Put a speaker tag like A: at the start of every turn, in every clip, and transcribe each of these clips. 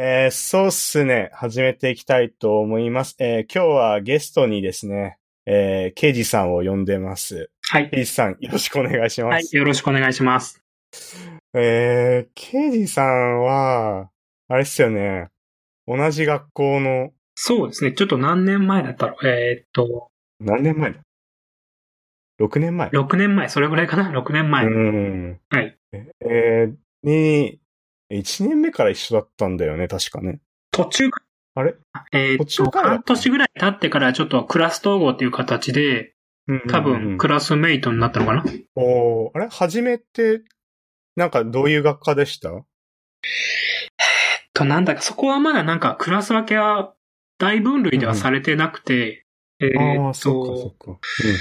A: えーそうっすね。始めていきたいと思います。えー今日はゲストにですね、えー、ケイジさんを呼んでます。
B: はい。
A: ケイジさん、よろしくお願いします。
B: はい。よろしくお願いします。
A: えー、ケイジさんは、あれっすよね。同じ学校の、
B: そうですね。ちょっと何年前だったろう。えーっと、
A: 何年前だ ?6 年前
B: 6年前、それぐらいかな ?6 年前。
A: うん。
B: はい。
A: えー、に、1年目から一緒だったんだよね、確かね。
B: 途中か、
A: あれ
B: えーっ
A: 途中
B: と、
A: から
B: 半年ぐらい経ってからちょっとクラス統合っていう形で、多分クラスメイトになったのかな、
A: おーあれ初めて、なんかどういう学科でした
B: と、なんだか、そこはまだなんかクラス分けは大分類ではされてなくて、え
A: あ
B: ー
A: あ、
B: っ
A: そっ、
B: と
A: かそっか。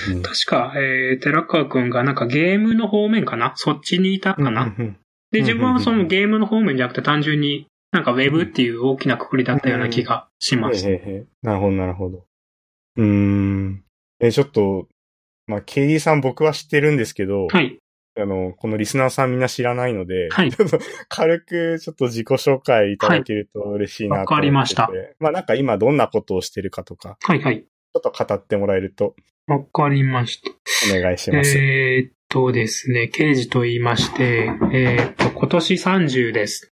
A: うんうん
B: 確か、えー、寺川くんがなんかゲームの方面かなそっちにいたかな、
A: うんうん
B: で、
A: うん
B: 自分はそのゲームの方面じゃなくて単純になんかウェブっていう大きな括りだったような気がし
A: うん
B: ま
A: へ
B: し
A: ー
B: た。
A: へーへーなるほど、なるほど。うーん。え、ちょっと、まあ、ケイリーさん僕は知ってるんですけど、
B: はい。
A: あの、このリスナーさんみんな知らないので、
B: はい
A: ちょっと軽くちょっと自己紹介いただけると嬉しいなと思ってて、
B: はいわかりました。
A: まあなんか今どんなことをしてるかとか、
B: はいはい。
A: ちょっと語ってもらえると
B: わかりました。
A: お願いします。
B: えーっとですね、刑事と言いまして、えーっと、今年30です。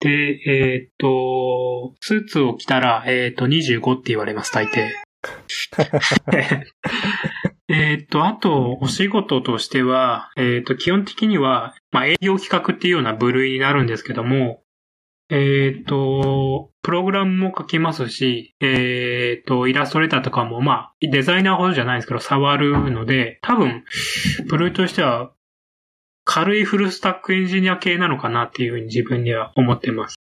B: で、えーっと、スーツを着たら、えーっと、25って言われます、大抵。えーっと、あと、お仕事としては、えーっと、基本的には、まあ、営業企画っていうような部類になるんですけども、えーっと、プログラムも書きますし、えーっと、イラストレーターとかも、まあ、デザイナーほどじゃないんですけど、触るので、多分、部類としては、軽いフルスタックエンジニア系なのかなっていうふうに自分には思ってます。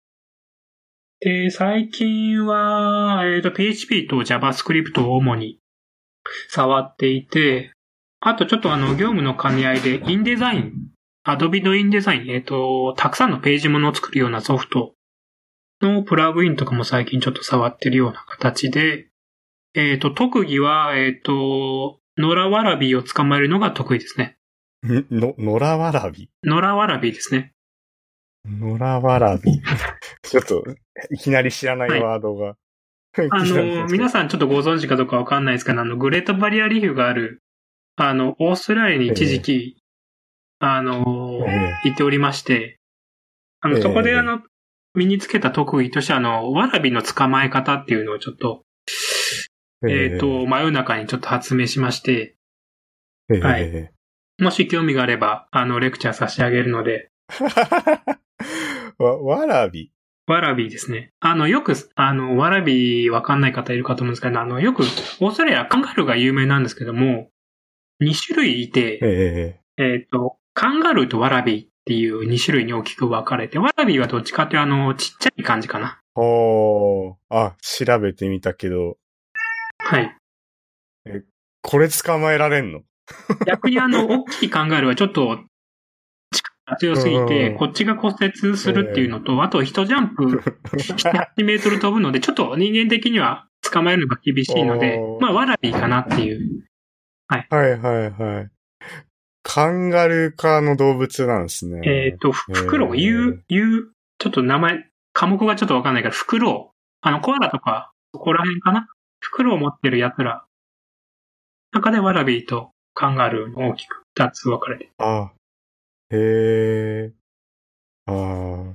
B: で、最近は、えーっと、PHP と JavaScript を主に触っていて、あとちょっとあの、業務の兼ね合いで、インデザイン、アドビのインデザイン、えっ、と、たくさんのページものを作るようなソフトのプラグインとかも最近ちょっと触ってるような形で、えっ、と、特技は、えっ、と、野良ワラビーを捕まえるのが得意ですね。
A: ん の、野良わらび。
B: 野良ワラビーですね。
A: 野良わら び。ちょっと、いきなり知らないワードが。
B: あの、皆
A: さ
B: さんちょっとご存知かどうかわかんないですけど、あの、グレートバリアリーフがある、あの、オーストラリアに一時期、あの、
A: え
B: 行っておりまして、あ
A: え
B: の、
A: え
B: そこであの、身につけた特技としてあの、わらびの捕まえ方っていうのをちょっと、
A: え
B: えっ、と、、真夜中にちょっと発明しまして、
A: ええ
B: はい
A: え
B: もし興味があれば、あの、レクチャー差し上げるので、
A: えわ、わらび。
B: わらびですね。あの、よく、あの、わらびわかんない方いるかと思うんですけど、あの、よく、オーストラリア、カンガルーが有名なんですけども、2種類いて、
A: ええ
B: えっ、と、カンガルーとワラビーっていう2種類に大きく分かれて、ワラビーはどっちかっていうあの、ちっちゃい感じかな。
A: おー。あ、調べてみたけど、
B: はい。
A: これ捕まえられんの
B: 逆にあの、大きいカンガルーはちょっと、力が強すぎ
A: う
B: て、
A: ん
B: こっちが骨折するっていうのと、あと一ジャンプ8メートル飛ぶので、ちょっと人間的には捕まえるのが厳しいので
A: お、ー
B: まあ、ワラビーかなっていう。
A: はいはいはい。カンガルー科の動物なんですね。
B: えっ、と、ふフクロ
A: う
B: ウ、
A: ん
B: ユう、ユう、ちょっと名前、科目がちょっとわかんないから、フクロウ。あの、コアラとか、そこら辺かなフクロウ持ってる奴ら。中でワラビーとカンガルーの大きく二つ分かれて。
A: あ、へえ。あー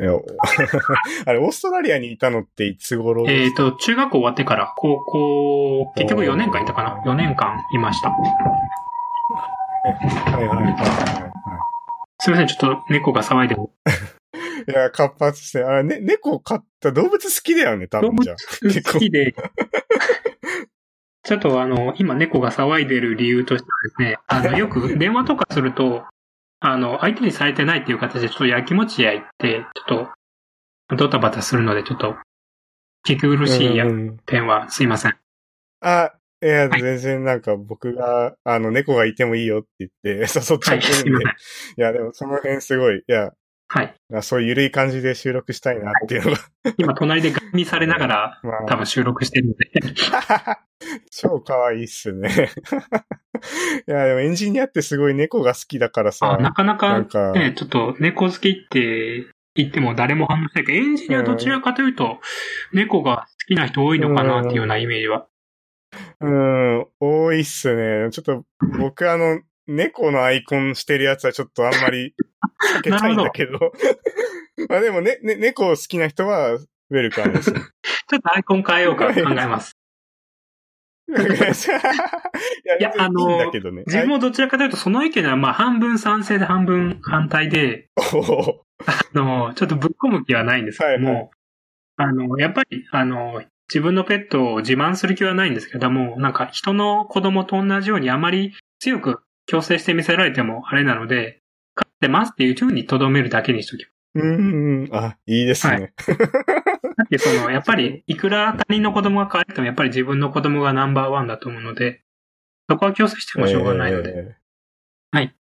A: いやお あれ、オーストラリアにいたのっていつ頃
B: え
A: で
B: っ、
A: すか
B: と、中学校終わってから、高校、結局4年間いたかな ?4 年間いました。
A: はいはいはいはい
B: すいません、ちょっと猫が騒いでる。
A: はい。いや、活発して、あれ、ね、猫飼った動物好きだよね、多
B: 動
A: 分
B: 物
A: じゃあ。
B: 好きで、ちょっとあの、今猫が騒いでる理由としてはですね、あの、よく電話とかすると、あの、相手にされてないっていう形で、ちょっとやきもち焼いて、ちょっと、ドタバタするので、ちょっと、聞き苦しいや
A: うんうん
B: 点はすいません。
A: あ、いや、
B: はい
A: 全然なんか僕が、あの、猫がいてもいいよって言って、誘 っちゃってるん
B: はい、
A: で。
B: すいません。
A: いや、でもその辺すごい、いや、
B: はい。
A: あそういう緩い感じで収録したいなっていうのが、
B: 今、隣でガン見されながら、
A: ま
B: 多分収録してるので。
A: あ、 超可愛いっすね。 いや、でもエンジニアってすごい猫が好きだから
B: あ
A: さ、
B: なかな
A: な
B: か
A: ん、か、
B: ね、ちょっと猫好きって行っても誰も反応しないけど、エンジニアどちらかというと、猫が好きな人多いのかなっていうようなイメージは。
A: うん、多いっすね。ちょっと、僕あの、猫のアイコンしてるやつはちょっとあんま り避けたいんだけど。 まあでもね、ね、猫好きな人は、ウェルカムです。
B: ちょっとアイコン変えようか考えます。
A: いや、
B: いやあの
A: いいん だけどね。
B: 自分もどちらかというと、その意見はまあ半分賛成で半分反対で、
A: も。
B: あの、ちょっとぶっ込む気はないんですけども、
A: はいは
B: あの、やっぱり、あの、自分のペットを自慢する気はないんですけども、なんか人の子供と同じようにあまり強く強制して見せられてもあれなので、飼ってますっていうふうに留めるだけにしときま
A: うんうん、あ、いいですね。
B: す。だってその、やっぱり、いくら他人の子供が可愛くても、やっぱり自分の子供がナンバーワンだと思うので、そこは強制してもしょうがないので、
A: えー
B: はい。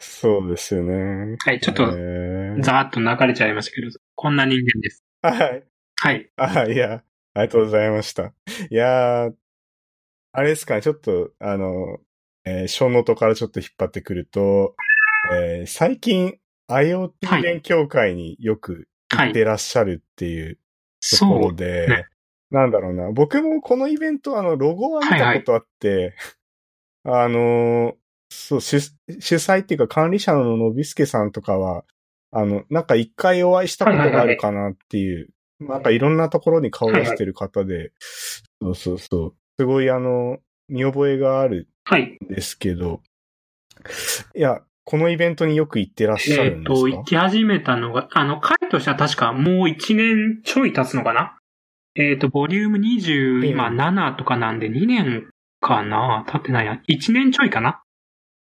A: そうですよね。
B: はい、ちょっと、
A: えー
B: ざーっと流れちゃいましたけど、こんな人間です。
A: はい。
B: はい。
A: あ、いや、ありがとうございました。いやー、あれですかね、ちょっと、あの、えー、小ノートからちょっと引っ張ってくると、えー最近、
B: はい
A: IoT 勉強会によく
B: は
A: 行っ
B: い。
A: てらっしゃるっていうとこ
B: そ
A: ろ
B: う。
A: で、
B: ね
A: なんだろうな、僕もこのイベント、あの、ロゴは見たことあって、 あのーそう、主主催っていうか管理者ののびすけさんとかは、あの、なんか一回お会いしたことがあるかなっていう、なんかいろんなところに顔出してる方で、そうそうそう、すごいあの、見覚えがある
B: はい。
A: んですけど、いや、このイベントによく行ってらっしゃ
B: え
A: る
B: っ
A: んです
B: と、
A: か、
B: 行き始めたのが、あの、回としては確かもう1年ちょい経つのかなえっ、と、ボリューム20、
A: ええ
B: 今7とかなんで2年かな経ってないや。1年ちょいかな、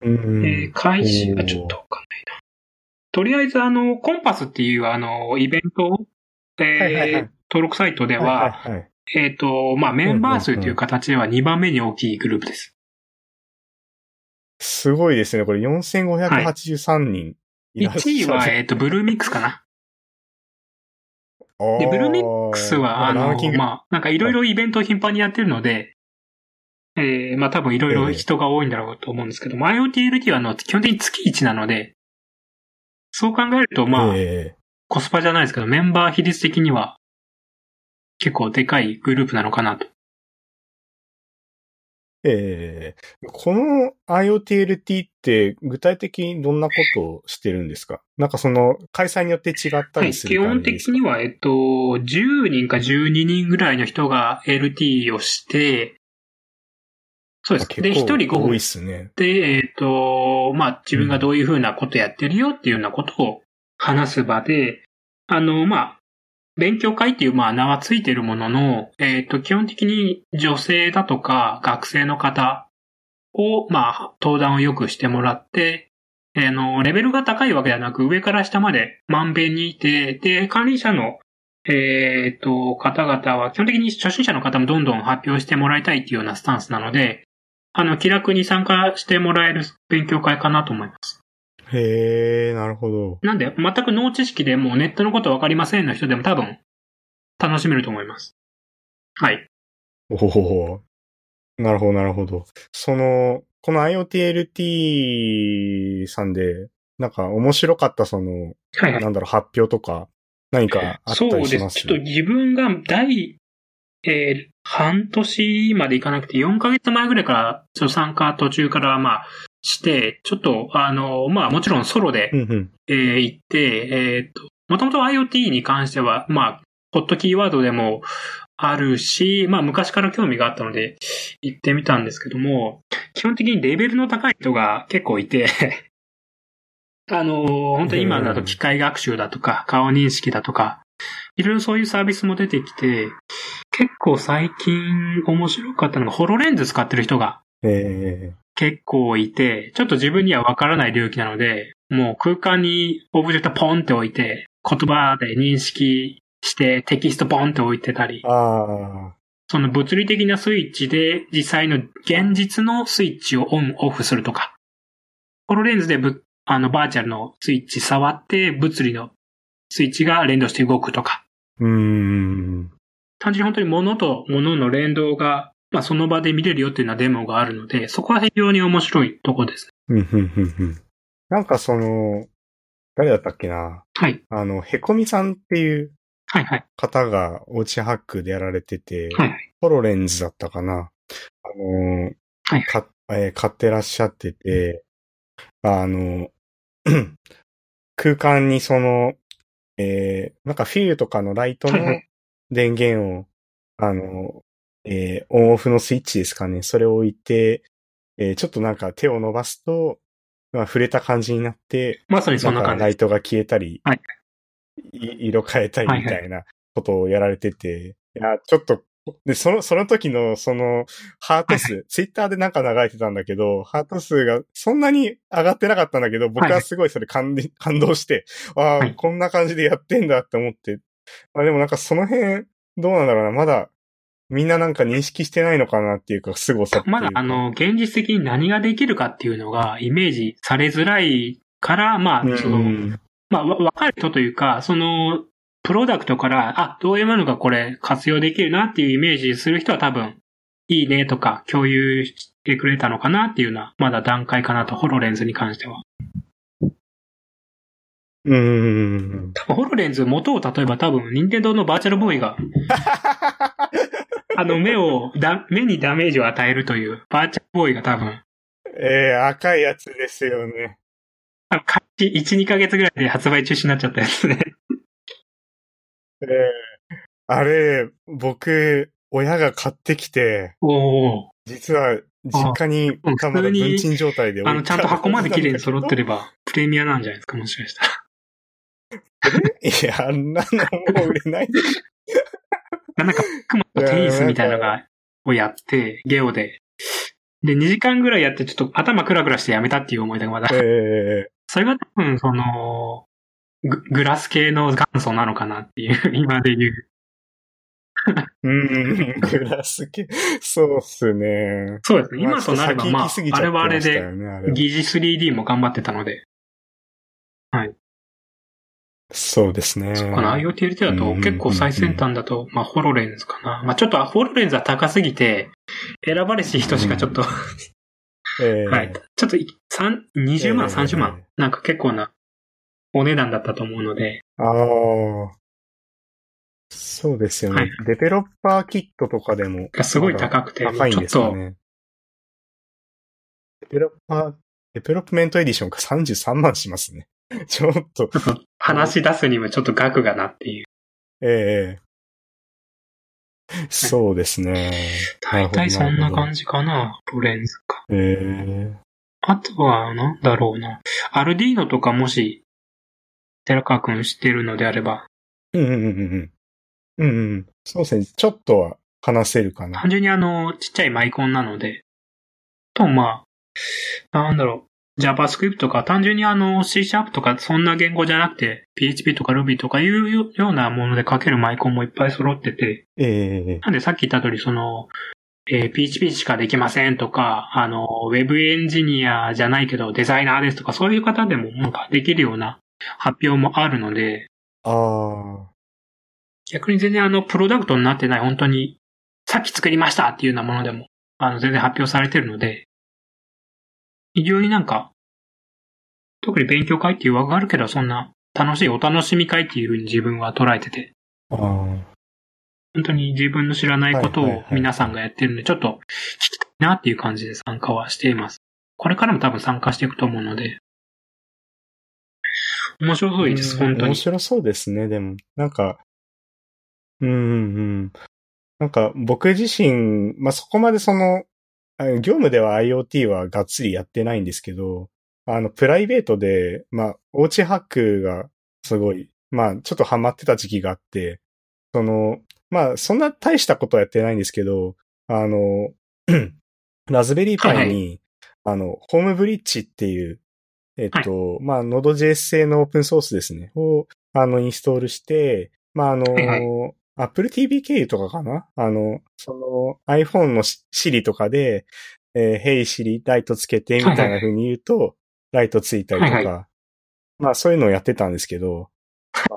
A: うん
B: えー開始
A: お
B: が
A: ー
B: ちょっとわかんないな。とりあえず、あの、コンパスっていう、あの、イベントを、えー
A: はいはいはい
B: 登録サイトでは、
A: いはいい
B: えっ、と、まあ、メンバー数という形では2番目に大きいグループです。
A: すごいですね。これ4583人いらっしゃ
B: 1位
A: る。
B: は、えっ、と、ブルーミックスかなで、ブルーミックスは、あ
A: ラ
B: の
A: ンキン、グ。
B: まあ、なんかいろいろイベントを頻繁にやってるので、ええまあ多分いろいろ人が多いんだろうと思うんですけども、IoTLT はあの、基本的に月1なので、そう考えると、まあ、
A: え
B: コスパじゃないですけど、メンバー比率的には、結構でかいグループなのかなと。
A: えええこの IoTLT って具体的にどんなことをしてるんですかなんかその開催によって違った
B: はい、
A: りす
B: 基
A: る
B: 本
A: 感じで
B: 的
A: すか、
B: には、えっと、10人か12人ぐらいの人が LT をして、そうです。で、1人5
A: 結構
B: 分
A: 多いっすね。
B: で、えっ、と、まあ、自分がどういうふうなことやってるよっていうようなことを話す場で、あの、まあ、勉強会っていう、まあ、名はついてるものの、えっ、と、基本的に女性だとか学生の方を、まあ、登壇をよくしてもらって、あの、レベルが高いわけではなく、上から下までまんべんにいて、で、管理者の、えっ、と、方々は、基本的に初心者の方もどんどん発表してもらいたいっていうようなスタンスなので、あの、気楽に参加してもらえる勉強会かなと思います。
A: へえ、なるほど。
B: なんで、全く脳知識でもうネットのことわかりませんの人でも多分、楽しめると思います。はい。
A: おほほほ。なるほど、なるほど。その、この IoTLT さんで、なんか面白かったその、
B: はいはい
A: な。んだろう、発表とか、何かあっ
B: そう
A: たり
B: で
A: し
B: す。
A: ます
B: ちょっと自分が第、えー半年までいかなくて、4ヶ月前ぐらいから、ちょっと参加途中から、まあ、して、ちょっと、あの、まあ、もちろんソロで、
A: うんうん。
B: えー行って、えーっと、もともと IoT に関しては、まあ、ホットキーワードでもあるし、まあ、昔から興味があったので、行ってみたんですけども、基本的にレベルの高い人が結構いて、 あのー本当に今だと機械学習だとか、顔認識だとか、いろいろそういうサービスも出てきて、結構最近面白かったのが、ホロレンズ使ってる人が
A: え
B: 結構いて、ちょっと自分にはわからない領域なので、もう空間にオブジェクトポンって置いて、言葉で認識してテキストポンって置いてたり
A: え、ああ、
B: その物理的なスイッチで実際の現実のスイッチをオン、オフするとか、ホロレンズでぶあのバーチャルのスイッチ触って物理のスイッチが連動して動くとか、
A: うーん。
B: 単純に本当に物と物の連動が、まあその場で見れるよっていうようなデモがあるので、そこは非常に面白いとこです。
A: うんうんうんうんなんかその、誰だったっけな
B: はい。
A: あの、へこみさんっていう
B: はいはい。
A: 方がおうちハックでやられてて、
B: はいはい。
A: ホロレンズだったかな。あのー
B: はい
A: かえー買ってらっしゃってて、あの、 空間にその、えーなんかフィルとかのライト
B: はいは
A: の
B: い
A: 電源を、あの、えーオンオフのスイッチですかね。それを置いて、えーちょっとなんか手を伸ばすと、まあ、触れた感じになって、
B: まさにそん
A: な
B: なん
A: か
B: 感じ
A: ラ
B: で
A: イ
B: す。
A: トが消えたり、
B: はい
A: い色変えたり
B: はいはい
A: みたいなことをやられてて、いや、ちょっと、で、その、その時の、その、ハート数、ツイッターでなんか流れてたんだけど、ハート数がそんなに上がってなかったんだけど、僕
B: はいは
A: はいすごいそれ感,、 感動して、ああ、
B: はい
A: こんな感じでやってんだって思って、まあでもなんかその辺、どうなんだろうな、まだ、みんななんか認識してないのかなっていうか、凄さっていう
B: ま
A: か。
B: だあの、現実的に何ができるかっていうのがイメージされづらいから、ま
A: う
B: あ、その、
A: ん、
B: まあ、わわかる人というか、その、プロダクトから、あ、どういうものがこれ活用できるなっていうイメージする人は多分、いいねとか共有してくれたのかなっていうのは、まだ段階かなと、ホロレンズに関して は。
A: うん。
B: 多分、ホロレンズ元を例えば多分、任天堂のバーチャルボーイ が、あの、目をだ、目にダメージを与えるという、バーチャルボーイが多分、
A: えー、赤いやつですよね。
B: あ開始1、2ヶ月ぐらいで発売中止になっちゃった やつね。
A: えー、あれ、僕、親が買ってきて、
B: おお。
A: 実は実家に
B: あうん
A: たまだ
B: 普通に
A: 文鎮状態で置いて
B: あの、ちゃんと箱まで綺麗に揃って
A: る。
B: れば、プレミアなんじゃないですか、もしかしたら。
A: いや、あんなのもう売れ ないでし
B: なんか、クマのテニスみたいなのが、をやって、ゲオで。で、2時間ぐらいやって、ちょっと頭クラクラしてやめたっていう思い出がまだ
A: ょ。。え
B: それが多分、その、ググラス系の元祖なのかなっていう、 今で言う。
A: ー、うん、グラス系。そうっすね。
B: そうですね。
A: まあ
B: 今となれば、まあ、あれはあれ、
A: ちょっ先行き過ぎちゃってましたよ
B: で、
A: ねあれは
B: 疑似 3D も頑張ってたので、
A: そうですね。
B: そっかな、IoT だ
A: うんうん
B: と
A: うん
B: 結構最先端だと、まあ、ホロレンズかな。まあ、ちょっと、あホロレンズは高すぎて、選ばれし人しかちょっと、
A: えー
B: はい。ちょっとい、三20万、
A: ええ
B: 30万。なんか結構なお値段だったと思うので。
A: ああ。そうですよね、
B: はい
A: デベロッパーキットとかでも。
B: すごい高くて、
A: 高いん
B: ちょ
A: で
B: っ
A: すか
B: と、
A: ね。デベロッパー、デベロップメントエディションが33万しますね。 ちょっと、
B: ちょっと話し出すにもちょっと額がなっていう。
A: ええそうですね。
B: 大体そんな感
A: じ。
B: じかな、ロレンズか。
A: ええ
B: あとは、なんだろうな。アルディーノとかもし、寺川くん知ってるのであれば、
A: うんうんうんうん。うんうん。そうですね。ちょっとは話せるかな。
B: 単純にあの、ちっちゃいマイコンなので、と、まあ、なんだろう、JavaScript とか、単純にあの、C シャープとか、そんな言語じゃなくて、PHP とか Ruby とかいうようなもので書けるマイコンもいっぱい揃ってて、
A: ええ
B: なんでさっき言った通り、その、えー PHP しかできませんとか、あの、Web エンジニアじゃないけど、デザイナーですとか、そういう方でもなんかできるような発表もあるので、
A: ああ。
B: 逆に全然あの、プロダクトになってない、本当に、さっき作りましたっていうようなものでも、あの、全然発表されてるので、非常になんか、特に勉強会っていう枠があるけど、そんな、楽しいお楽しみ会っていうふうに自分は捉えてて、
A: ああ。
B: 本当に自分の知らないこと
A: はいはい
B: を
A: はい
B: 皆さんがやってるんで、ちょっと聞きたいなっていう感じで参加はしています。これからも多分参加していくと思うので、面白そうです、
A: うん
B: 本当に
A: 面。白そうですね、でも。なんか、うんうんうん。なんか、僕自身、まあ、そこまでその、あ業務では IoT はがっつりやってないんですけど、あの、プライベートで、まあ、おうちハックがすごい、まあ、ちょっとハマってた時期があって、その、まあ、そんな大したことはやってないんですけど、あの、 ラズベリーパイに、
B: はいは
A: あの、ホームブリッジっていう、えっと、まあ、Node.js 製のオープンソースですね、を、あの、インストールして、まあ、あの、
B: はいは
A: Apple TV 経由とかかなあの、その iPhone の Siri とかで、えー、Hey Siri ライトつけてみたいな風に言うと、ライトついたりとか、
B: はい
A: まあそういうのをやってたんですけど、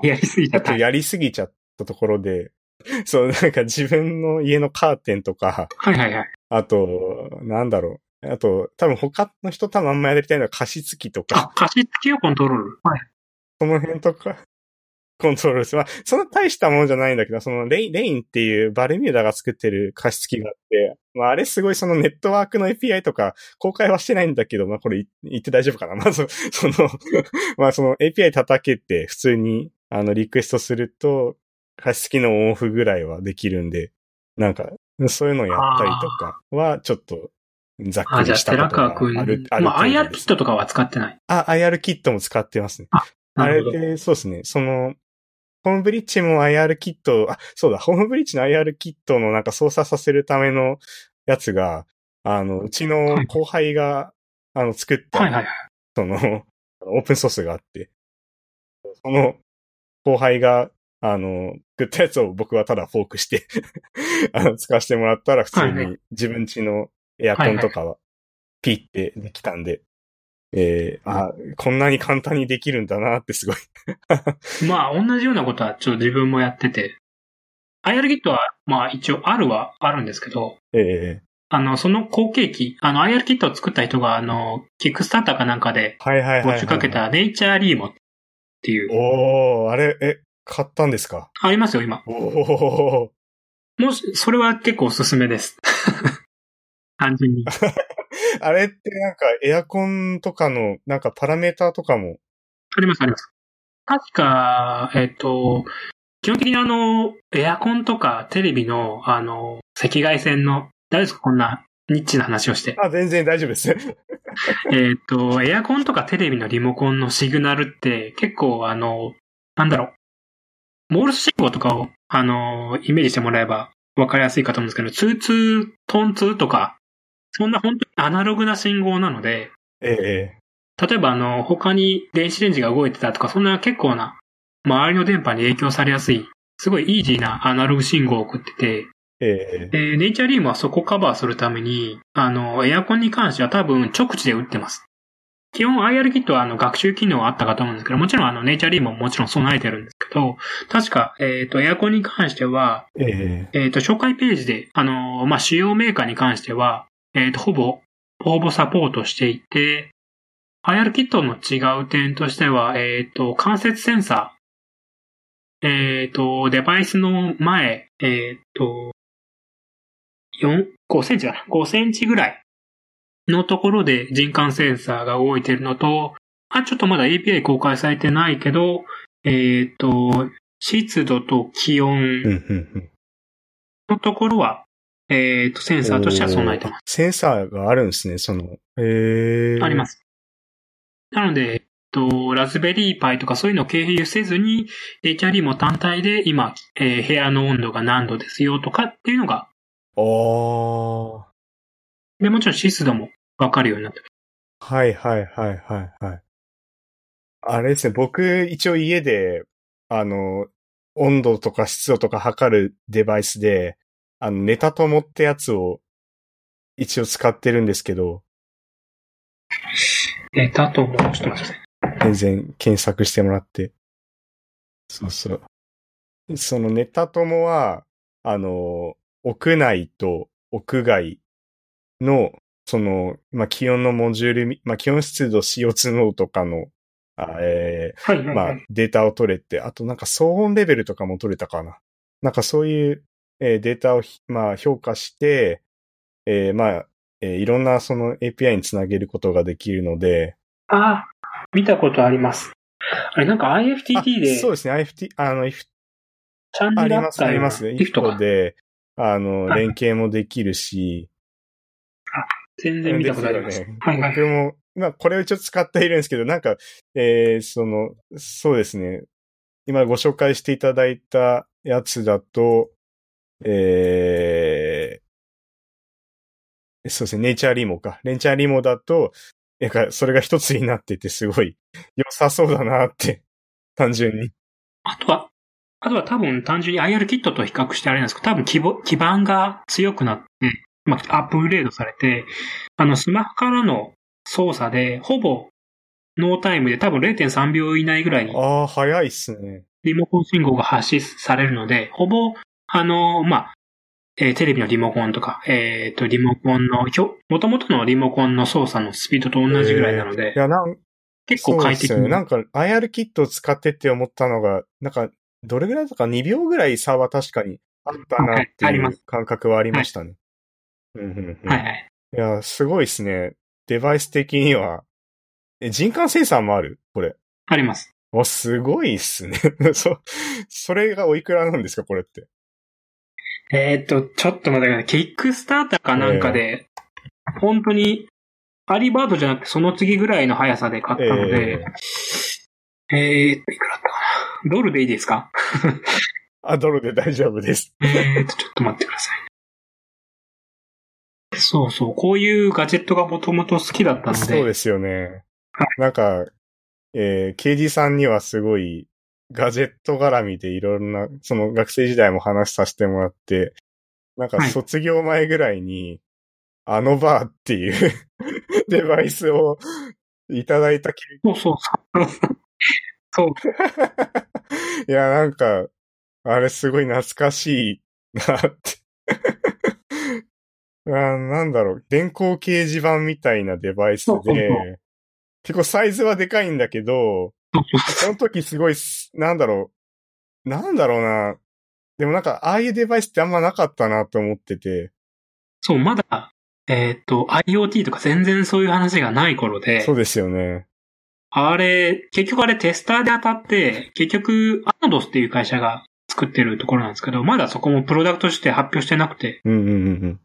B: やりすぎ
A: ちょ
B: ちゃっ
A: っと
B: た。はい
A: やりすぎちゃったところで、 そう、なんか自分の家のカーテンとか、
B: はいはい。
A: あと、なんだろう。あと、多分他の人多分あんまやりたいのは加湿器とか、
B: あ、貸し付けをコントロール。はい。
A: その辺とか、 コントロールして、まあ、そんな大したものじゃないんだけど、そのレイレインっていうバルミューダが作ってる加湿器があって、まあ、あれすごいそのネットワークの API とか公開はしてないんだけど、まあ、これい言って大丈夫かな まあ、そその、まあ、その API 叩けて普通に、あの、リクエストすると、加湿器のオンオフぐらいはできるんで、なんか、そういうのをやったりとかは、ちょっと、ざっ
B: あ、
A: く
B: じ
A: り
B: ゃあ、
A: した
B: 寺
A: ことが
B: 川
A: あ
B: くん。
A: る。ある
B: まあ、
A: 程度
B: IR
A: で
B: キ
A: す
B: ットとかは使ってない。
A: あ、IR キットも使ってますね。
B: な
A: あ
B: る
A: れ
B: ほど。
A: で、そうですね。その、ホームブリッジも IR キット、あ、そうだ、ホームブリッジの IR キットのなんか操作させるためのやつが、あの、うちの後輩が、あの、作った、
B: はいはいはい。
A: その、あのオープンソースがあって、その後輩が、あの、作ったやつを僕はただフォークして、 あの、使わせてもらったら普通
B: はいは
A: に自分家のエアコンとかはピッてできたんで、えー、あ、こんなに簡単にできるんだなってすごい。
B: まあ、同じようなことはちょっと自分もやってて。IRKit は、まあ一応あるはあるんですけど、
A: ええ
B: あの、その後継機、あの IRKit を作った人が、あの、キックスターターかなんかで
A: はいはいはい、はい。
B: 募集かけ。たネイチャーリーモっていう、
A: おー、あれ、え、買ったんですか
B: ありますよ、今。
A: おー。
B: もし、それは結構おすすめです。 単純に。
A: あれってなんかエアコンとかのなんかパラメーターとかも、
B: あります、あります。確か、えっ、と、基本的にあの、エアコンとかテレビの、あの、赤外線の、大丈夫ですかこんな、ニッチな話をして。
A: あ、全然大丈夫です。
B: えっ、と、エアコンとかテレビのリモコンのシグナルって結構あの、なんだろう。モールス信号とかを、あの、イメージしてもらえば分かりやすいかと思うんですけど、ツーツー、トンツーとか、そんな本当にアナログな信号なので、
A: ええ
B: 例えばあの、他に電子レンジが動いてたとか、そんな結構な、周りの電波に影響されやすい、すごいイージーなアナログ信号を送ってて、
A: ええ
B: で、ネイチャーリームはそこカバーするために、あの、エアコンに関しては多分直地で打ってます。基本 IR キットはあの学習機能はあったかと思うんですけど、もちろんあのネイチャーリームももちろん備えてるんですけど、確か、えっ、と、エアコンに関しては、
A: ええ
B: えっ、と、紹介ページで、あの、まあ、主要メーカーに関しては、えっ、と、ほぼ、ほぼサポートしていて、IR キットの違う点としては、えっ、と、間接センサー、えっ、と、デバイスの前、えっ、と、4、5センチかな ?5 センチぐらいのところで人感センサーが動いてるのと、あ、ちょっとまだ API 公開されてないけど、えっ、と、湿度と気温、
A: うんうんうん。
B: のところは、えっ、と、センサーとしては備えてます。
A: おーセンサーがあるんですね、その。ええ。
B: ありますす。なので、えっと、ラズベリーパイとかそういうのを経由せずに、HRE も単体で今、えー部屋の温度が何度ですよとかっていうのが、
A: あー。
B: で、もちろん湿度もわかるようになってます。
A: はいはいはいはいはい。あれですね、僕一応家で、あの、温度とか湿度とか測るデバイスで、あの、ネタと思ってやつを一応使ってるんですけど、
B: えー、だと思う。ちょっと待ってください。
A: 全然検索してもらって。そうそう。そのネタ友は、あの、屋内と屋外の、その、まあ、気温のモジュールみ、まあ、気温湿度 CO2 濃度とかの、あえ
B: はい、
A: ー
B: はい、
A: ま
B: は
A: あ
B: い。、
A: データを取れて、あとなんか騒音レベルとかも取れたかな。なんかそういう、えーデータをひ、まあ、評価して、えーまあ、えーいろんなその API につなげることができるので、
B: あー見たことあります。あれ、なんか
A: あ
B: IFTT で、チ
A: そうですね、IFT、あの、IFT
B: ャン
A: あ
B: ネ
A: り
B: ルあ
A: ま
B: っ
A: す、
B: た
A: あり
B: ような、
A: ますね。
B: リフト
A: 一個
B: が
A: で、あの、
B: はい
A: 連携もできるし、
B: 全然見たことありま す。
A: できるよね
B: はい、はい。
A: 僕も、まあ、これを一応使っているんですけど、なんか、えーその、そうですね。今ご紹介していただいたやつだと、えーそうですね、ネイチャーリモか。ネイチャーリモだと、なんか、それが一つになってて、すごい良さそうだなって、単純に。
B: あとは、あとは多分単純に IR キットと比較してあれなんですけど、多分基ぼ基盤が強くなって、まあ、アップグレードされて、あの、スマホからの操作で、ほぼ、ノータイムで多分0.3秒以内ぐらいに
A: ああ、早いっすね。
B: リモコン信号が発信されるので、ほぼ、あの、まあ、えーテレビのリモコンとか、えっ、と、リモコンの、ひょ、元々のリモコンの操作のスピードと同じぐらいなので
A: い、や、なん、
B: 結構快適
A: そうですよね。なんか IR キットを使ってって思ったのが、なんか、どれぐらいだったか2秒ぐらい差は確かにあったなって
B: はいあり
A: い
B: ま
A: う
B: す
A: 感覚はありましたね。うんうんうん
B: はいはい。
A: いや、すごいですね。デバイス的には。え、人感センサーもあるこれ。
B: あります。
A: あ、すごいっすね。 そ、それがおいくらなんですかこれって。
B: えーっと、ちょっと待ってください。キックスターターかなんかで、本当に、アリバードじゃなくてその次ぐらいの速さで買ったので、えーっと、いくらだったかな。ドルでいいですか
A: あ、ドルで大丈夫です。
B: えーっと、ちょっと待ってください。そうそう、こういうガジェットがもともと好きだったので、
A: そうですよね
B: は。
A: なんか、えー、KG さんにはすごい、ガジェット絡みでいろんな、その学生時代も話させてもらって、なんか
B: はい
A: 卒業前ぐらいに、あのバーっていう デバイスをいただいた経
B: そうそうそう。そう、
A: いや、なんか、あれすごい懐かしいなって。 あなんだろう、電光掲示板みたいなデバイス
B: そうそうそ
A: で、結構サイズはでかいんだけど、その時すごいす、なんだろう、なんだろうな。でもなんか、ああいうデバイスってあんまなかったなと思ってて、
B: そう、まだ、えーっと、IoT とか全然そういう話がない頃で、
A: そうですよね。
B: あれ、結局あれテスターで当たって、結局、アナドスっていう会社が作ってるところなんですけど、まだそこもプロダクトとして発表してなくて、
A: うんうんうんうん。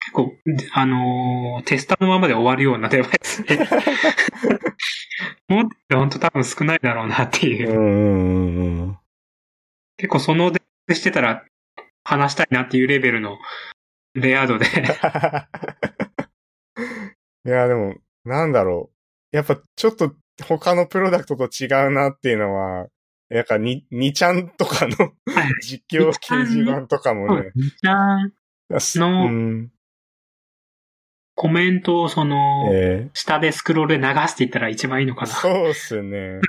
B: 結構、であのーテスターのままで終わるようなデバイスで。 持ってる本当多分少ないだろうなっていうう。
A: んうんうんうん。
B: 結構そのデバイスしてたら話したいなっていうレベルのレア度で。
A: いや、でも、なんだろう。やっぱちょっと他のプロダクトと違うなっていうのは、やっぱに、にちゃんとかの
B: はい
A: 実況掲示板とかもね。
B: じゃあ、の
A: うん、
B: コメントをその、
A: ええ
B: 下でスクロールで流していったら一番いいのかな。
A: そうっす ね。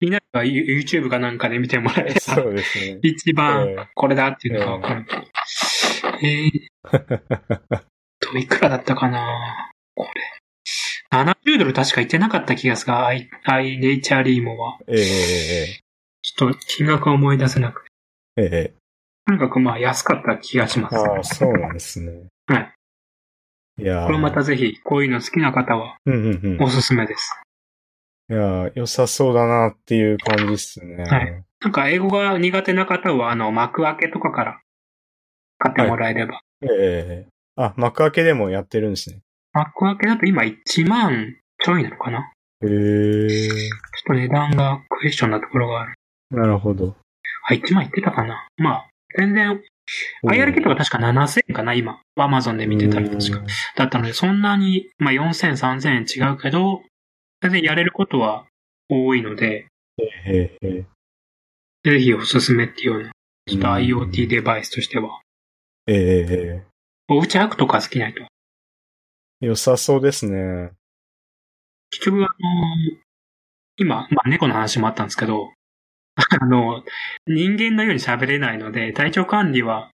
B: みんなが You- YouTube かなんかで見てもらえれば。
A: そうです ね。
B: 一番
A: ええ
B: これだっていうのがわかる。えー、と、いくらだったかなこれ。70ドル確か言ってなかった気がするが、アイ、アイネイチャーリーモは。
A: ええ
B: ちょっと金額は思い出せなくて。
A: えええええ
B: とにかくまあ安かった気がしま
A: え
B: す。
A: ああ、そうなんですね。
B: はい。
A: いやー
B: これまたぜひ、こういうの好きな方は
A: うんうんうん。
B: おすすめです。
A: いやー良さそうだなっていう感じっすね。
B: はいなんか英語が苦手な方は、あの、幕開けとかから買ってもらえれば。
A: ええええあ、幕開けでもやってるんですね。
B: 幕開けだと今1万ちょいなのかな
A: へえ。
B: ちょっと値段がクエスチョンなところがある。
A: なるほど。
B: あ、1万いってたかなまあ、全然、IR キットが確か7000かな、今。アマゾンで見てたら確か。だったので、そんなに、まあ4000、3000違うけど、全然やれることは多いので、
A: うん。へえへえ
B: ぜひおすすめっていうような、ちょっと
A: うん
B: IoT デバイスとしては。
A: えええ
B: おうちハックとか好きな人は。
A: え良さそうですね。
B: 結局、あのー今、まあ猫の話もあったんですけど、 あの、人間のように喋れないので、体調管理は、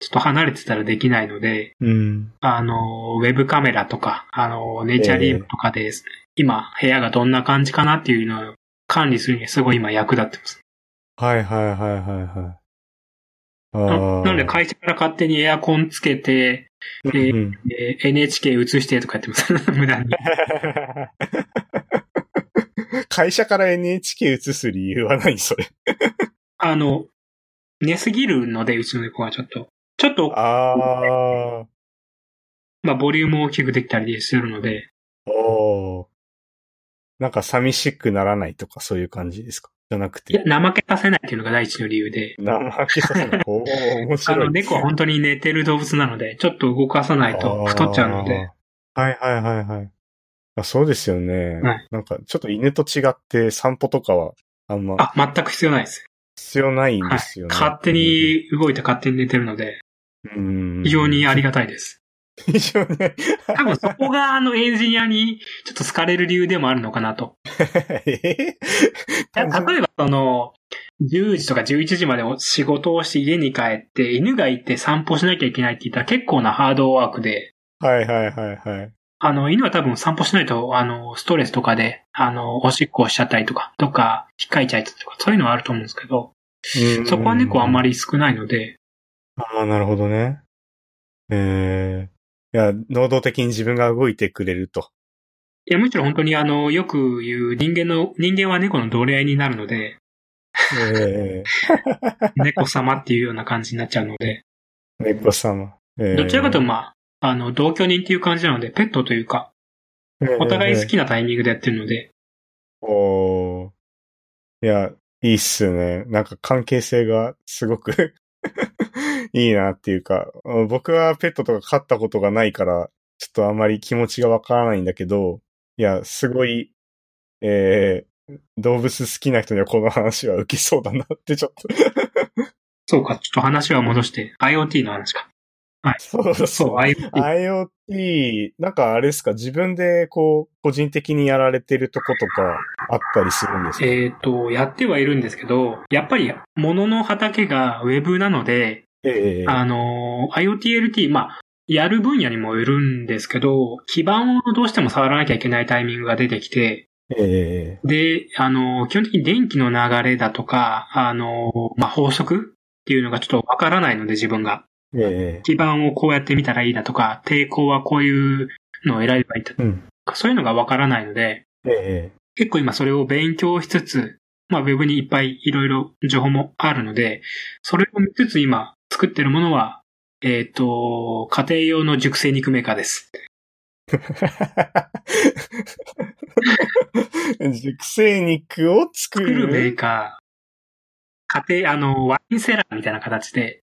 B: ちょっと離れてたらできないので、
A: うん。
B: あの、ウェブカメラとか、あの、ネイチャーリームとかで、今、部屋がどんな感じかなっていうのを管理するにすごい今役立ってます。
A: はいはいはいはいはい。あ
B: な
A: ー
B: なので、会社から勝手にエアコンつけて、で
A: うん
B: えー NHK 映してとかやってます。 無駄に。
A: 会社から NHK 移す理由は何 それ。
B: あの、寝すぎるので、うちの猫はちょっと、ちょっと、
A: ああ。
B: まあ、ボリュームを大きくできたりするので、
A: おーなんか寂しくならないとかそういう感じですかじゃなく
B: いや
A: て。
B: 怠けさせないっていうのが第一の理由で、
A: 生気させない。おー面
B: あ
A: 白い
B: の、。猫は本当に寝てる動物なので、ちょっと動かさないと太っちゃうので、
A: あー。はいはいはいはい。あそうですよね。
B: はい
A: なんか、ちょっと犬と違って散歩とかはあんま
B: あ、全く必要ないです。
A: 必要ないんですよね。
B: 勝手に動いて勝手に寝てるので、
A: うん、
B: 非常にあり
A: が
B: がたいです。
A: 非常に。
B: 多分そこがあのエンジニアにちょっと好かれる理由でもあるのかなと。
A: え
B: いや例えばその、10時とか11時までお仕事をして家に帰って犬がいて散歩しなきゃいけないって言ったら結構なハードワークで、
A: はいはいはいはい。
B: あの、犬は多分散歩しないと、あの、ストレスとかで、あの、おしっこをしちゃったりとか、どっか、ひっかいちゃいとか、そういうのはあると思うんですけど、そこは猫はあんま
A: り。
B: り少ないので、
A: ああ、なるほどね。ええいや、能動的に自分が動いてくれると。
B: いや、むしろ本当にあの、よく言う人間の、人間は猫の奴隷になるので、
A: ええ
B: 猫様っていうような感じになっちゃうので、
A: 猫様。ええ
B: どちらかというとまあ、あの、同居人っていう感じなので、ペットというか、お互い好きなタイミングでやってるので、
A: おーいや、いいっすね。なんか関係性がすごく いいなっていうか、うん僕はペットとか飼ったことがないから、ちょっとあんまり気持ちがわからないんだけど、いや、すごい、えー、動物好きな人にはこの話は受けそうだなってちょっと。
B: そうか、ちょっと話は戻して、IoT の話か。
A: そうそう
B: そう、IoT。
A: IoT、なんかあれですか、自分でこう、個人的にやられてるとことかあったりするんですか
B: えっ、と、やってはいるんですけど、やっぱり、物の畑が Web なので、
A: ええ
B: あの、IoTLT、まあ、やる分野にもよるんですけど、基盤をどうしても触らなきゃいけないタイミングが出てきて、
A: え
B: で、あの、基本的に電気の流れだとか、あの、まあ、法則っていうのがちょっとわからないので自分が。
A: ええ
B: 基盤をこうやってみたらいいだとか、抵抗はこういうのを選べばいいだと
A: えうん。
B: か、そういうのがわからないので、
A: え
B: 結構今それを勉強しつつ、まあ、ウェブにいっぱいいろいろ情報もあるので、それを見つつ今作ってるものは、えっ、と、家庭用の熟成肉メーカーです。
A: え熟成肉を作
B: 作るメ
A: る。
B: ーカー、家庭、あの、ワインセラーみたいな形で、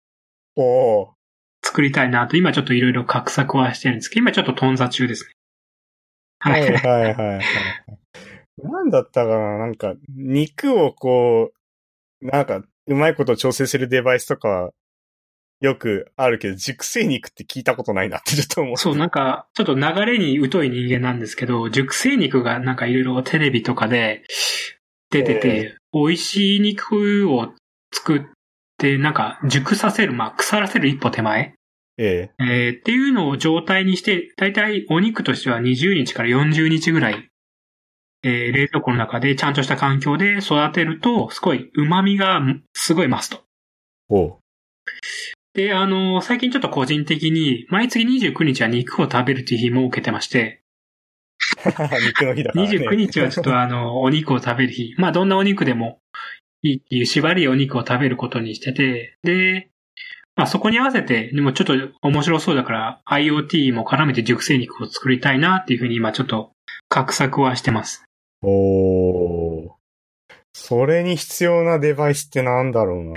A: おー
B: 作りたいなと、今ちょっといろいろ画策はしてるんですけど、今ちょっと頓挫中ですね。は。
A: はいいはいはいはい。なんだったかななんか、肉をこう、なんか、うまいこと調整するデバイスとか、よくあるけど、熟成肉って聞いたことないなってちょっと思う。
B: そう、なんか、ちょっと流れに疎い人間なんですけど、熟成肉がなんかいろいろテレビとかで出てて、美味しい肉を作って、なんか熟させる、まあ腐らせる一歩手前、
A: え
B: えーっていうのを状態にして、だいたいお肉としては20日から40日ぐらい、えー冷蔵庫の中でちゃんとした環境で育てると、すごい旨味がすごい増すと。
A: えおう。
B: で、あの、最近ちょっと個人的に、毎月29日は肉を食べるという日も受けてまして、
A: 肉の日だから、ね。
B: 29日はちょっとあの、お肉を食べる日。まあ、どんなお肉でもいいっていう縛りお肉を食べることにしてて、で、まあ、そこに合わせて、でもちょっと面白そうだから、IoT も絡めて熟成肉を作りたいなっていうふうに今ちょっと、画策はしてます。
A: おーそれに必要なデバイスってなんだろうな。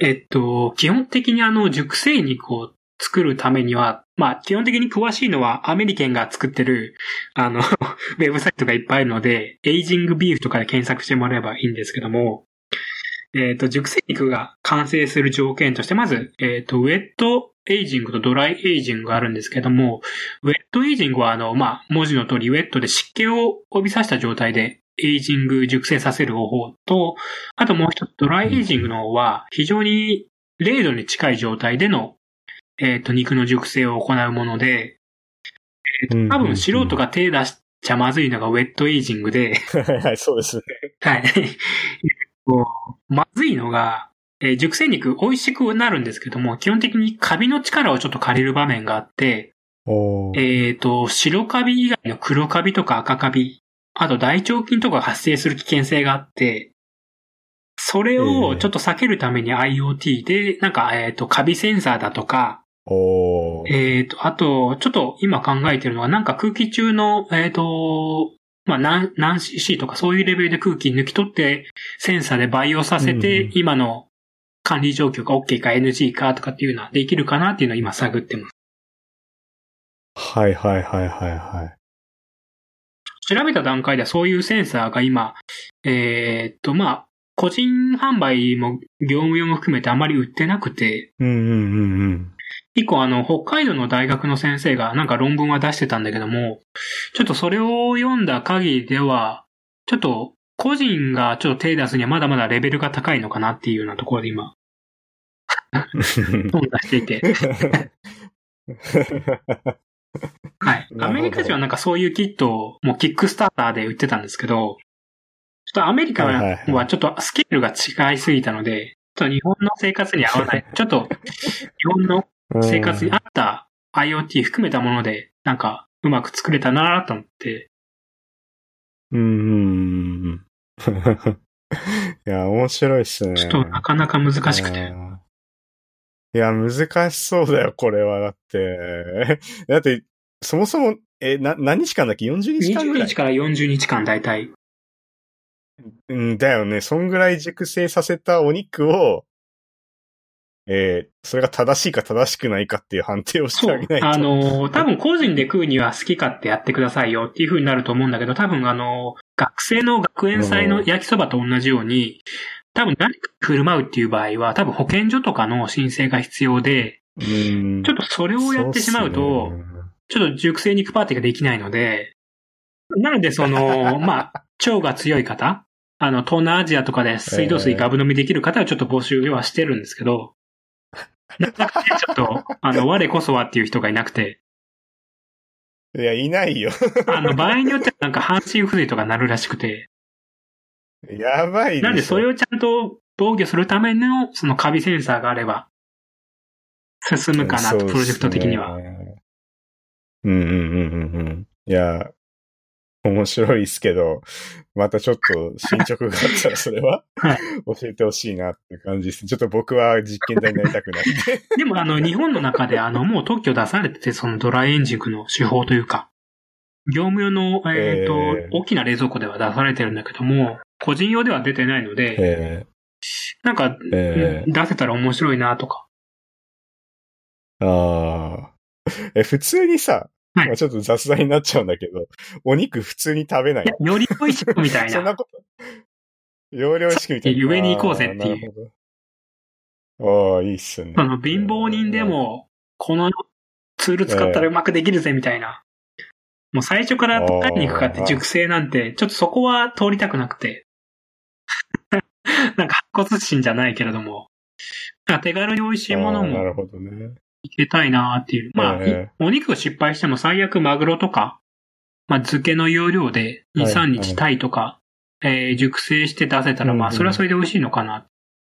B: えっと、基本的にあの、熟成肉を作るためには、まあ、基本的に詳しいのはアメリケンが作ってる、あの、ウ ェブサイトがいっぱいあるので、エイジングビーフとかで検索してもらえばいいんですけども、えっと、熟成肉が完成する条件として、まず、えっと、ウェットエイジングとドライエイジングがあるんですけども、ウェットエイジングはあの、まあ、文字の通り、ウェットで湿気を帯びさせた状態で、エイジング熟成させる方法と、あともう一つ、ドライエイジングの方は、非常に0度に近い状態での、えっ、と、肉の熟成を行うもので、えーと
A: う
B: 多
A: んうんう
B: 分
A: ん
B: 素人が手出しちゃまずいのがウェットエイジングで、
A: はいはい、そうですね。
B: はい。こうまずいのが、えー熟成肉美味しくなるんですけども、基本的にカビの力をちょっと借りる場面があって、
A: おー
B: えっ、と、白カビ以外の黒カビとか赤カビ、あと大腸菌とかが発生する危険性があって、それをちょっと避けるために IoT で、なんか、えっ、と、カビセンサーだとか、
A: おー
B: えっ、と、あと、ちょっと今考えてるのは、なんか空気中の、えっ、と、まあ、何、何 cc とかそういうレベルで空気抜き取って、センサーで培養させ
A: うんう
B: て
A: ん、
B: 今の管理状況が OK か NG かとかっていうのはできるかなっていうのを今探ってます。
A: はいはいはいはいはい。
B: 調べた段階ではそういうセンサーが今、えーっと、まあ、個人販売も業務用も含めてあまり売ってなくて、
A: うんうんうんうん。
B: 一個あの、北海道の大学の先生がなんか論文は出してたんだけども、ちょっとそれを読んだ限りでは、ちょっと個人がちょっと手出すにはまだまだレベルが高いのかなっていうようなところで今、 頓挫していて。はい。
A: なるほど
B: アメリカ人はなんかそういうキットをもうキックスターターで売ってたんですけど、ちょっとアメリカ
A: はいはいは
B: はちょっとスケールが違いすぎたので、ちょっと日本の生活に合 わない。ちょっと日本の
A: うん
B: 生活に合った IoT 含めたもので、なんかうまく作れたなと思って、
A: うんうん うんうん。いや、面白いっすね。
B: ちょっとなかなか難しくて。
A: うんいや、難しそうだよ、これは。だって。 だって、そもそも、え、な、何日間だっけ ?40 日間ぐら
B: 20
A: い
B: 日から40日間大体。
A: うん、だよね。そんぐらい熟成させたお肉を、えーそれが正しいか正しくないかっていう判定をして
B: そ
A: あ
B: う
A: げな い。と。
B: あのー、多分個人で食うには好き勝手やってくださいよっていう風になると思うんだけど、多分あのー、学生の学園祭の焼きそばと同じように、多分何か振る舞うっていう場合は、多分保健所とかの申請が必要で、
A: うん、
B: ちょっとそれをやってしまう
A: そ
B: と、
A: っすね
B: ちょっと熟成肉パーティーができないので、なのでそ の、まあ、腸が強い方、あの、東南アジアとかで水道水ガブ飲みできる方はちょっと募集はしてるんですけど、なかなかねちょっと、あの、我こそはっていう人がいなくて、
A: いや、いないよ。
B: あの、場合によってはなんか半身不随とかなるらしくて、
A: やばいでしょ
B: なんでそれをちゃんと防御するための、そのカビセンサーがあれば、進むかなと、
A: そうっすね
B: プロジェクト的には。。
A: うんうんうんうんうん。いや、面白いっすけど、またちょっと進捗があったらそれは、
B: はい
A: 教えてほしいなって感じです。ちょっと僕は実験台になりたくないんで。
B: でもあの、日本の中であの、もう特許出されてて、そのドライエンジングの手法というか、業務用の、えっ、と、
A: えー
B: 大きな冷蔵庫では出されてるんだけども、個人用では出てないので、
A: え
B: なんか、
A: ええ
B: 出せたら面白いなとか。
A: えああ。え、普通にさ、
B: はい
A: まあちょっと雑談になっちゃうんだけど、お肉普通に食べない
B: いや。より良いチップみた い
A: そんな
B: な。
A: こと。容量意識みたいな。。
B: さっき上に行こうぜっていう
A: ああ、いいっすね。
B: その、貧乏人でも、このツール使ったらうまくできるぜみたいな。もう最初からどっかに行くかって
A: あー
B: 熟成なんて、ちょっとそこは通りたくなくて。 なんか白骨心じゃないけれども、なんか手軽に美味しいもの
A: あーな
B: も
A: るほどね。
B: いけたいなっていう。まあ、
A: え
B: お肉を失敗しても最悪マグロとか、まあ、漬けの容量で2、
A: はい
B: 3日タイとか、えー熟成して出せたら、ま
A: う
B: あ、
A: んうん
B: それはそれで美味しいのかな。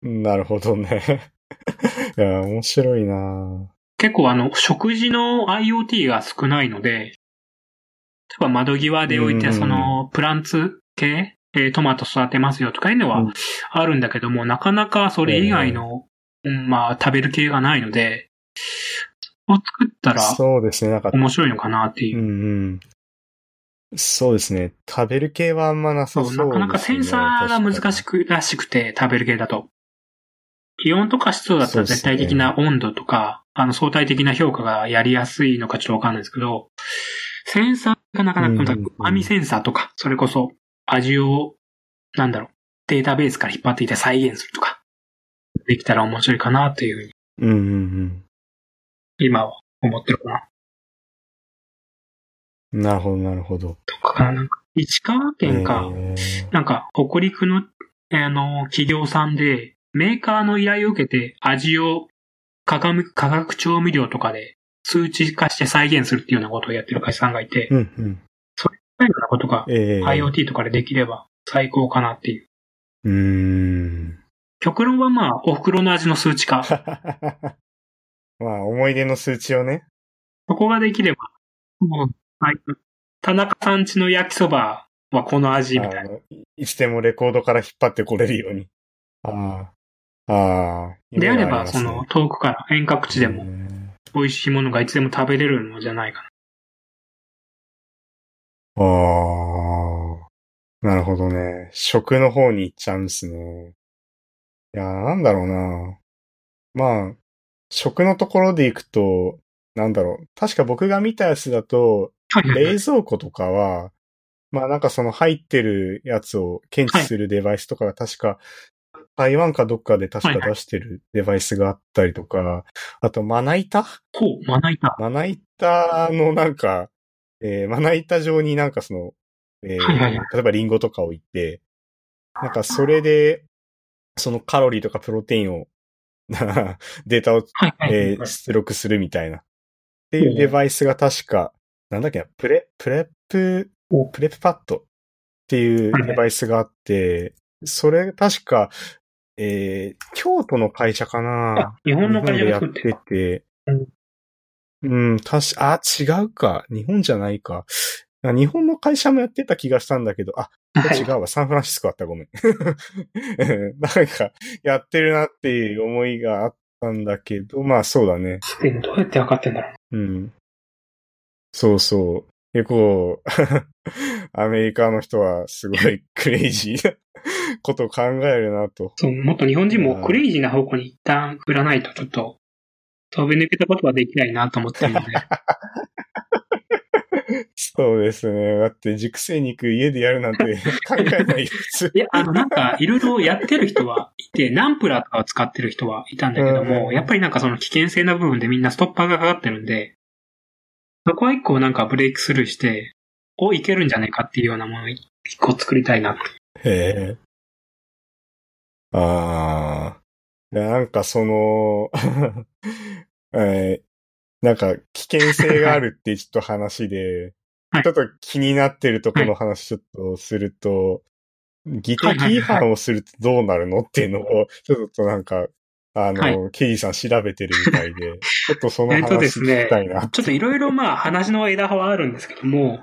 A: なるほどね。 いや、面白いな
B: 結構、あの、食事の IoT が少ないので、例えば窓際で置い
A: うんうんう
B: て、
A: ん
B: その、プランツ系、えートマト育てますよとかいうの
A: う
B: は
A: ん
B: あるんだけども、なかなかそれ以外の、うんまあ、食べる系がないので、を作ったら
A: そうですね、なんか、
B: 面白いのかなっていう
A: うん。うん。そうですね。食べる系はあんまな
B: そ
A: さそう
B: う
A: です、ね。
B: なかなかセンサーが難し
A: く。
B: く、らしくて、食べる系だと。気温とか湿度だったら絶対的な温度とか、あの相対的な評価がやりやすいのかちょっとわかんないですけど、センサーがなかな
A: うん
B: か、
A: うんうん
B: 網センサーとか、それこそ味を、なんだろう、データベースから引っ張ってきて再現するとか、できたら面白いかなというふう
A: う
B: に、
A: んうん
B: 今は思ってるかな。
A: うん。なるほど、なるほど。
B: とか、なんか、市川県か、
A: えー
B: なんか、北陸の、あの、企業さんで、メーカーの依頼を受けて、味を化学化学調味料とかで数値化して再現するっていうようなことをやってる会社さんがいて、
A: うんうん。
B: そういうようなことが
A: ええ
B: IoT とかでできれば最高かなっていう。
A: うーん。
B: 極論はまあ、お袋の味の数値化。
A: まあ、思い出の数値をね。
B: そこができれば、もう、はい。田中さん家の焼きそばはこの味みたい
A: あ
B: な。
A: のいいつでもレコードから引っ張ってこれるように。ああ。ああ。
B: であ
A: 夢が
B: れば、
A: ります
B: そ
A: ね
B: の、遠くから遠隔地でも美味しいものがいつでも食べれるのじゃないか
A: あ
B: な。
A: あ、なるほどね。食の方に行っちゃうんですね。いやー、なんだろうな。まあ、食のところで行くと、なんだろう。確か僕が見たやつだと、
B: はいはいはい
A: 冷蔵庫とかは、まあなんかその入ってるやつを検知するデバイスとかが確か、台湾かどっかで確か出してるデバイスがあったりとか、あとまな板
B: こう、まな板。
A: まな板のなんか、えーまな板上になんかその、えー
B: はいはいは
A: 例えばリンゴとか置いて、なんかそれで、そのカロリーと かプロテインを、なデータを、
B: はいはい。
A: えー出力するみたいな。っていうデバイスが確か、なんだっけな、プレ、プレップ、
B: お
A: プレップパッドっていう
B: はいはい
A: デバイスがあって、それ確か、えー、京都の会社かな
B: あ、日本の会社
A: 日
B: が
A: 本
B: 作
A: で
B: って
A: や
B: た
A: っ。てて、うん、確か、あ、違うか。日本じゃないか。あ日本の会社もやってた気がしたんだけど、あ、これ違うわ。サンフランシスコだった。ごめん。 うんなんか、やってるなっていう思いがあったんだけど、まあそうだね。
B: すげえなどうやって分かってんだろう。
A: うん。そうそう。結構、 アメリカの人はすごいクレイジーな ことを考えるなと。
B: そう、もっと日本人もクレイジーな方向に一旦振らないと、ちょっと、飛び抜けたことはできないなと思って るので。
A: そうですね。だって熟成肉家でやるなんて考えないよ、普通。
B: いや、あの、なんか、いろいろやってる人はいて、ナンプラーとかを使ってる人はいたんだけど
A: う
B: も、
A: ん
B: やっぱりなんかその危険性な部分でみんなストッパーがかかってるんで、そこは一個なんかブレイクスルーして、お、いけるんじゃないかっていうようなものを一個作りたいなって。
A: へえ。ああ。いやなんかその、 えーなんか危険性があるってちょっと話で、
B: はい
A: ちょっと気になってるところの話ちょっとすると、議的違反をするとどうなるのっていうのを、ちょっとなんか、あの、
B: は
A: ケリーさん調べてるみたいで、ちょっとその
B: えっとで
A: 話
B: す
A: 聞
B: ね
A: きたいな。
B: ちょっといろいろまあ話の枝葉はあるんですけども、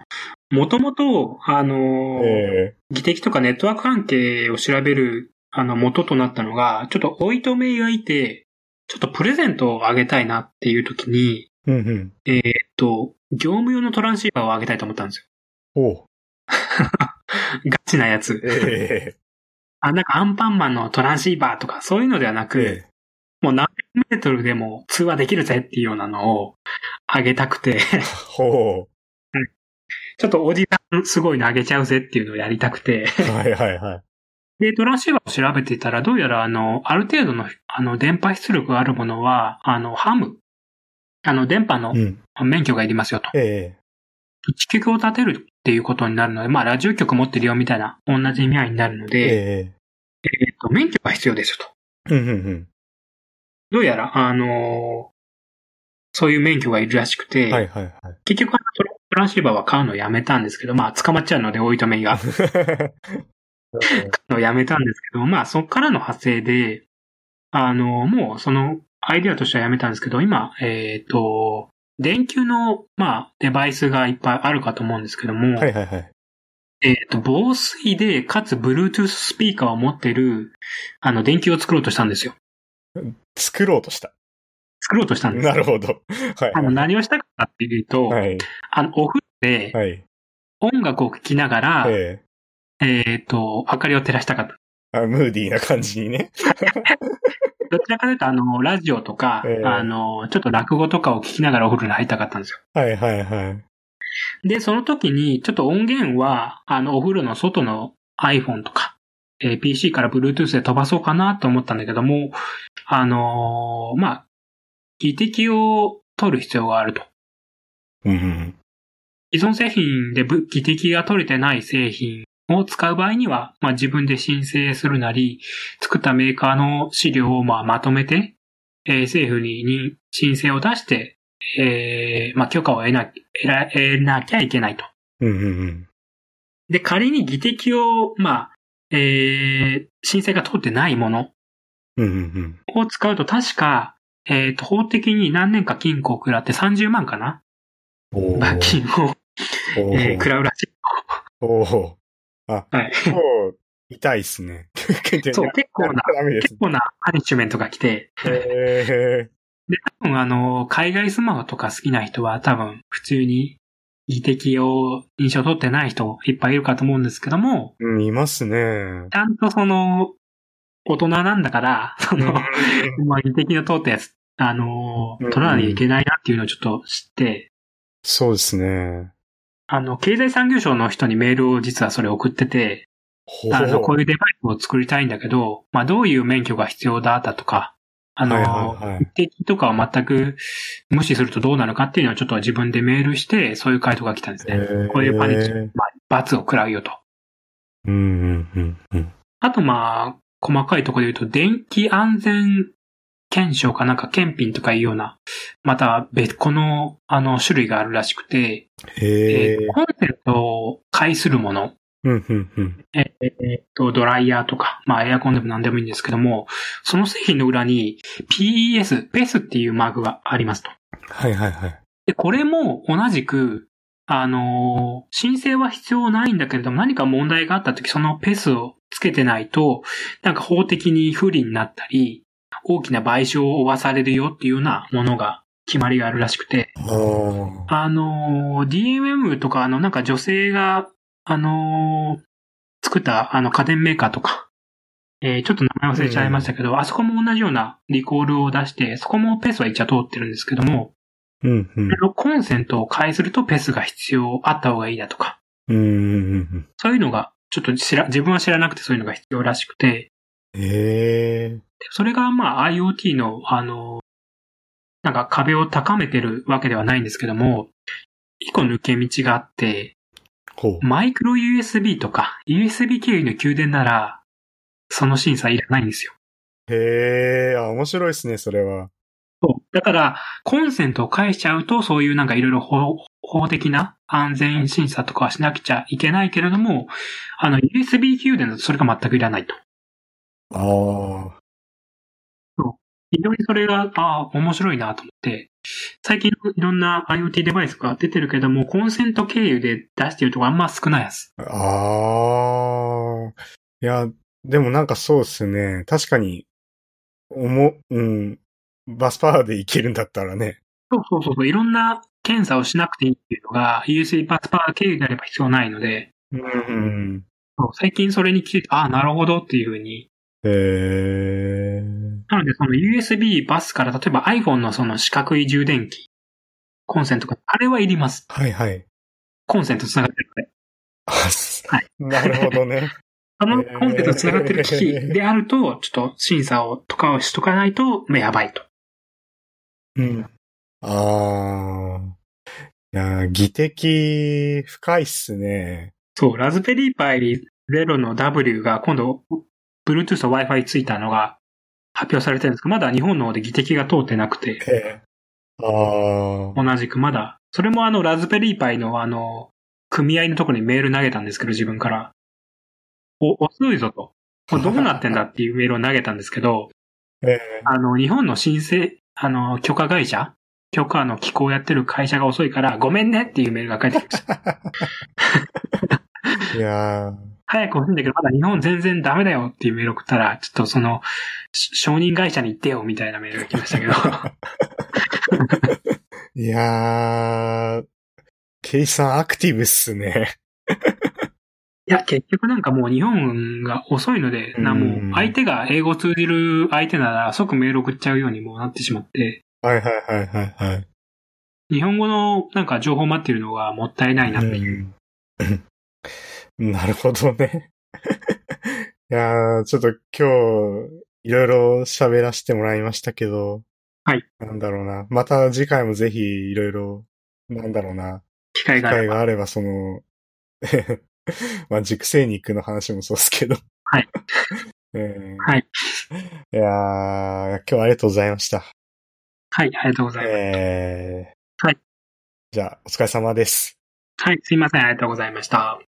B: もともと、あのー
A: え
B: 技的とかネットワーク関係を調べる、あの、元となったのが、ちょっとおいとめがいて、ちょっとプレゼントをあげたいなっていう時に、
A: えうんうん。
B: えーっと、業務用のトランシーバーをあげたいと思ったんですよ。
A: おう
B: ガチなやつ。
A: え
B: あ、なんかアンパンマンのトランシーバーとかそういうのではな
A: え
B: く、もう何百メートルでも通話できるぜっていうようなのをあげたくて、
A: ほ
B: ちょっとおじさんすごいのあげちゃうぜっていうのをやりたくて、
A: う。はいはいはい。
B: で、トランシーバーを調べていたら、どうやら、あの、ある程度の、あの、電波出力があるものは、あの、ハム。あの、電波の
A: うん。
B: 免許がいりますよと。
A: ええ
B: 地局を立てるっていうことになるので、まあ、ラジオ局持ってるよみたいな、同じ意味合いになるの
A: え
B: で、
A: え
B: えっと、免許が必要ですよと。
A: うんうんうん。
B: どうやら、あのそういう免許がいるらしくて、
A: はいはいはい。
B: 結局あのトラ、トランシーバーは買うのをやめたんですけど、まあ、捕まっちゃうので、おいとめが。のをやめたんですけど、まあそっからの派生で、あの、もうそのアイデアとしてはやめたんですけど、今、えっ、と、電球の、まあ、デバイスがいっぱいあるかと思うんですけども、
A: はいはいはい。
B: えっ、と、防水で、かつ Bluetooth スピーカーを持ってる、あの、電球を作ろうとしたんですよ。
A: 作ろうとした。
B: 作ろうとしたんです。
A: なるほど。はい
B: あの、
A: は
B: 何をしたかったっていうと、
A: い。はい。
B: あの、お風呂で
A: はい。
B: 音楽を聴きながら、
A: ええ
B: えっ、と、明かりを照らしたかった。
A: あムーディーな感じにね。
B: どちらかというと、あの、ラジオとか、
A: ええ
B: あの、ちょっと落語とかを聞きながらお風呂に入りたかったんですよ。
A: はいはいはい。
B: で、その時に、ちょっと音源は、あの、お風呂の外の iPhone とか、えー PC から Bluetooth で飛ばそうかなと思ったんだけども、あのーまあ、技的を取る必要があると。
A: うんうん。
B: 既存製品でぶ技的が取れてない製品を使う場合には、まあ、自分で申請するなり、作ったメーカーの資料をまあまとめて、えー政府にに申請を出して、えーまあ、許可を得な得ら得なきゃいけないと。
A: うんうんうん。
B: で、仮に技的を、まあ、えー、申請が通ってないもの
A: うんうん
B: を使うと確か、えーと、法的に何年か禁錮を食らって30万かな
A: うん。お
B: 罰金を、
A: お
B: えー食らうらしい。
A: おおあ、
B: はい。
A: 結構痛いっすね。
B: そう、結構な、
A: ダメです
B: 結。構なパニッシュメントが来て、
A: え
B: 多分あの、海外スマホとか好きな人は多分普通に技的を認証取ってない人いっぱいいるかと思うんですけども、
A: えいますね。
B: ちゃんとその、大人なんだから、その、まあ、技的の通ったやつ、あのー
A: うん
B: 取らないといけないなっていうのをちょっと知って、
A: そうですね。
B: あの、経済産業省の人にメールを実はそれ送ってて、
A: ほ
B: あの、こう
A: い
B: いうデバイスを作りたいんだけど、まあ、どういう免許が必要だだとか、あのー、
A: はいはいはい
B: 技的とかを全く無視するとどうなるかっていうのをちょっと自分でメールして、そういう回答が来たんですね。こういうパニック、まあ、罰を食らうよと。
A: うんうんうんうん。
B: あとまあ、細かいところで言うと、電気安全検証かなんか検品とかいうような、また別個の、あの、種類があるらしくて、
A: へ
B: え
A: え
B: ー。コンセントを介するもの、
A: うん、うん、うん。
B: えーえーっと、ドライヤーとか、まあエアコンでも何でもいいんですけども、その製品の裏に PES、PES っていうマークがありますと。
A: はい、はい、はい。
B: で、これも同じく、あのー申請は必要ないんだけれども、何か問題があった時、そのペスをつけてないと、なんか法的に不利になったり、大きな賠償を負わされるよっていうようなものが、決まりがあるらしくて、
A: ああ。
B: あのー DMM とか、あの、なんか女性が、あのー作った、あの、家電メーカーとか、えーちょっと名前忘れちゃいましたけど、あそこも同じようなリコールを出して、そこもペスは一応通ってるんですけども、
A: うん、うん。
B: コンセントを変えするとペスが必要あった方がいいだとか、
A: うん、うん、うん。
B: そういうのが、ちょっと知ら、自分は知らなくてそういうのが必要らしくて、
A: へえ。
B: それがまあ IoT の、あの、なんか壁を高めてるわけではないんですけども、一個抜け道があって、
A: ほう。
B: マイクロ USB とか USB 経由の給電なら、その審査いらないんですよ。
A: へえ、あ、面白いですね、それは。
B: そう。だから、コンセントを返しちゃうと、そういうなんかいろいろ法法的な安全審査とかはしなくちゃいけないけれども、あの、USB 給電だとそれが全くいらないと。
A: ああ。
B: 非常にそれが、ああ、面白いなと思って、最近いろんな IoT デバイスが出てるけども、コンセント経由で出してるとこあんま少ないです。
A: ああ。いや、でもなんかそうですね。確かに、おも、うん。バスパワーでいけるんだったらね。
B: そうそうそうそう、いろんな検査をしなくていいっていうのが、USB パスパー経由であれば必要ないので、
A: うん。
B: そう最近それに気づいて、ああ、なるほどっていうふうに
A: へえ。
B: なので、その USB バスから、例えば iPhone のその四角い充電器、コンセントが、あれはいります。
A: はいはい。
B: コンセント繋がってるので。
A: あす
B: はい
A: なるほどね。
B: その
A: えー
B: コンセント繋がってる機器であると、ちょっと審査を、とかをしとかないと、まあやばいと。
A: うん。ああ。いやー、技的深いっすね。
B: そう、ラズベリーパイ0の W が今度、Bluetooth と Wi-Fi ついたのが発表されてるんですけど、まだ日本の方で技的が通ってなくて、
A: ええ。ああ。
B: 同じくまだ、それもあの、ラズベリーパイのあの、組合のところにメール投げたんですけど、自分から。お、遅いぞと。これどうなってんだっていうメールを投げたんですけど、
A: え
B: あの、日本の申請、あの、許可会社許可の機構やってる会社が遅いから、ごめんねっていうメールが返ってきました。
A: え。いやー。
B: 早く欲しいんだけど、まだ日本全然ダメだよっていうメール送ったら、ちょっとその、し承認会社に行ってよみたいなメールが来ましたけど。
A: いやー、ケイさんアクティブっすね。
B: いや、結局なんかもう日本が遅いので、な
A: う
B: も
A: ん
B: う相手が英語通じる相手なら即メール送っちゃうようにもうなってしまって、
A: はいはいはいはいはい。
B: 日本語のなんか情報を待ってるのがもったいないなっていう。
A: うん なるほどね。いやー、ちょっと今日、いろいろ喋らせてもらいましたけど。
B: はい。
A: なんだろうな。また次回もぜひ、いろいろ、なんだろうな。
B: 機会
A: 機
B: があれ
A: 会
B: ば。
A: があれば、その、 まあ、熟成肉の話もそうですけど。
B: はい。
A: えー
B: はい。
A: いやー、今日はありがとうございました。
B: はい、ありがとうございます。
A: えー
B: はい。
A: じゃあ、お疲れ様です。
B: はい、すいません、ありがとうございました。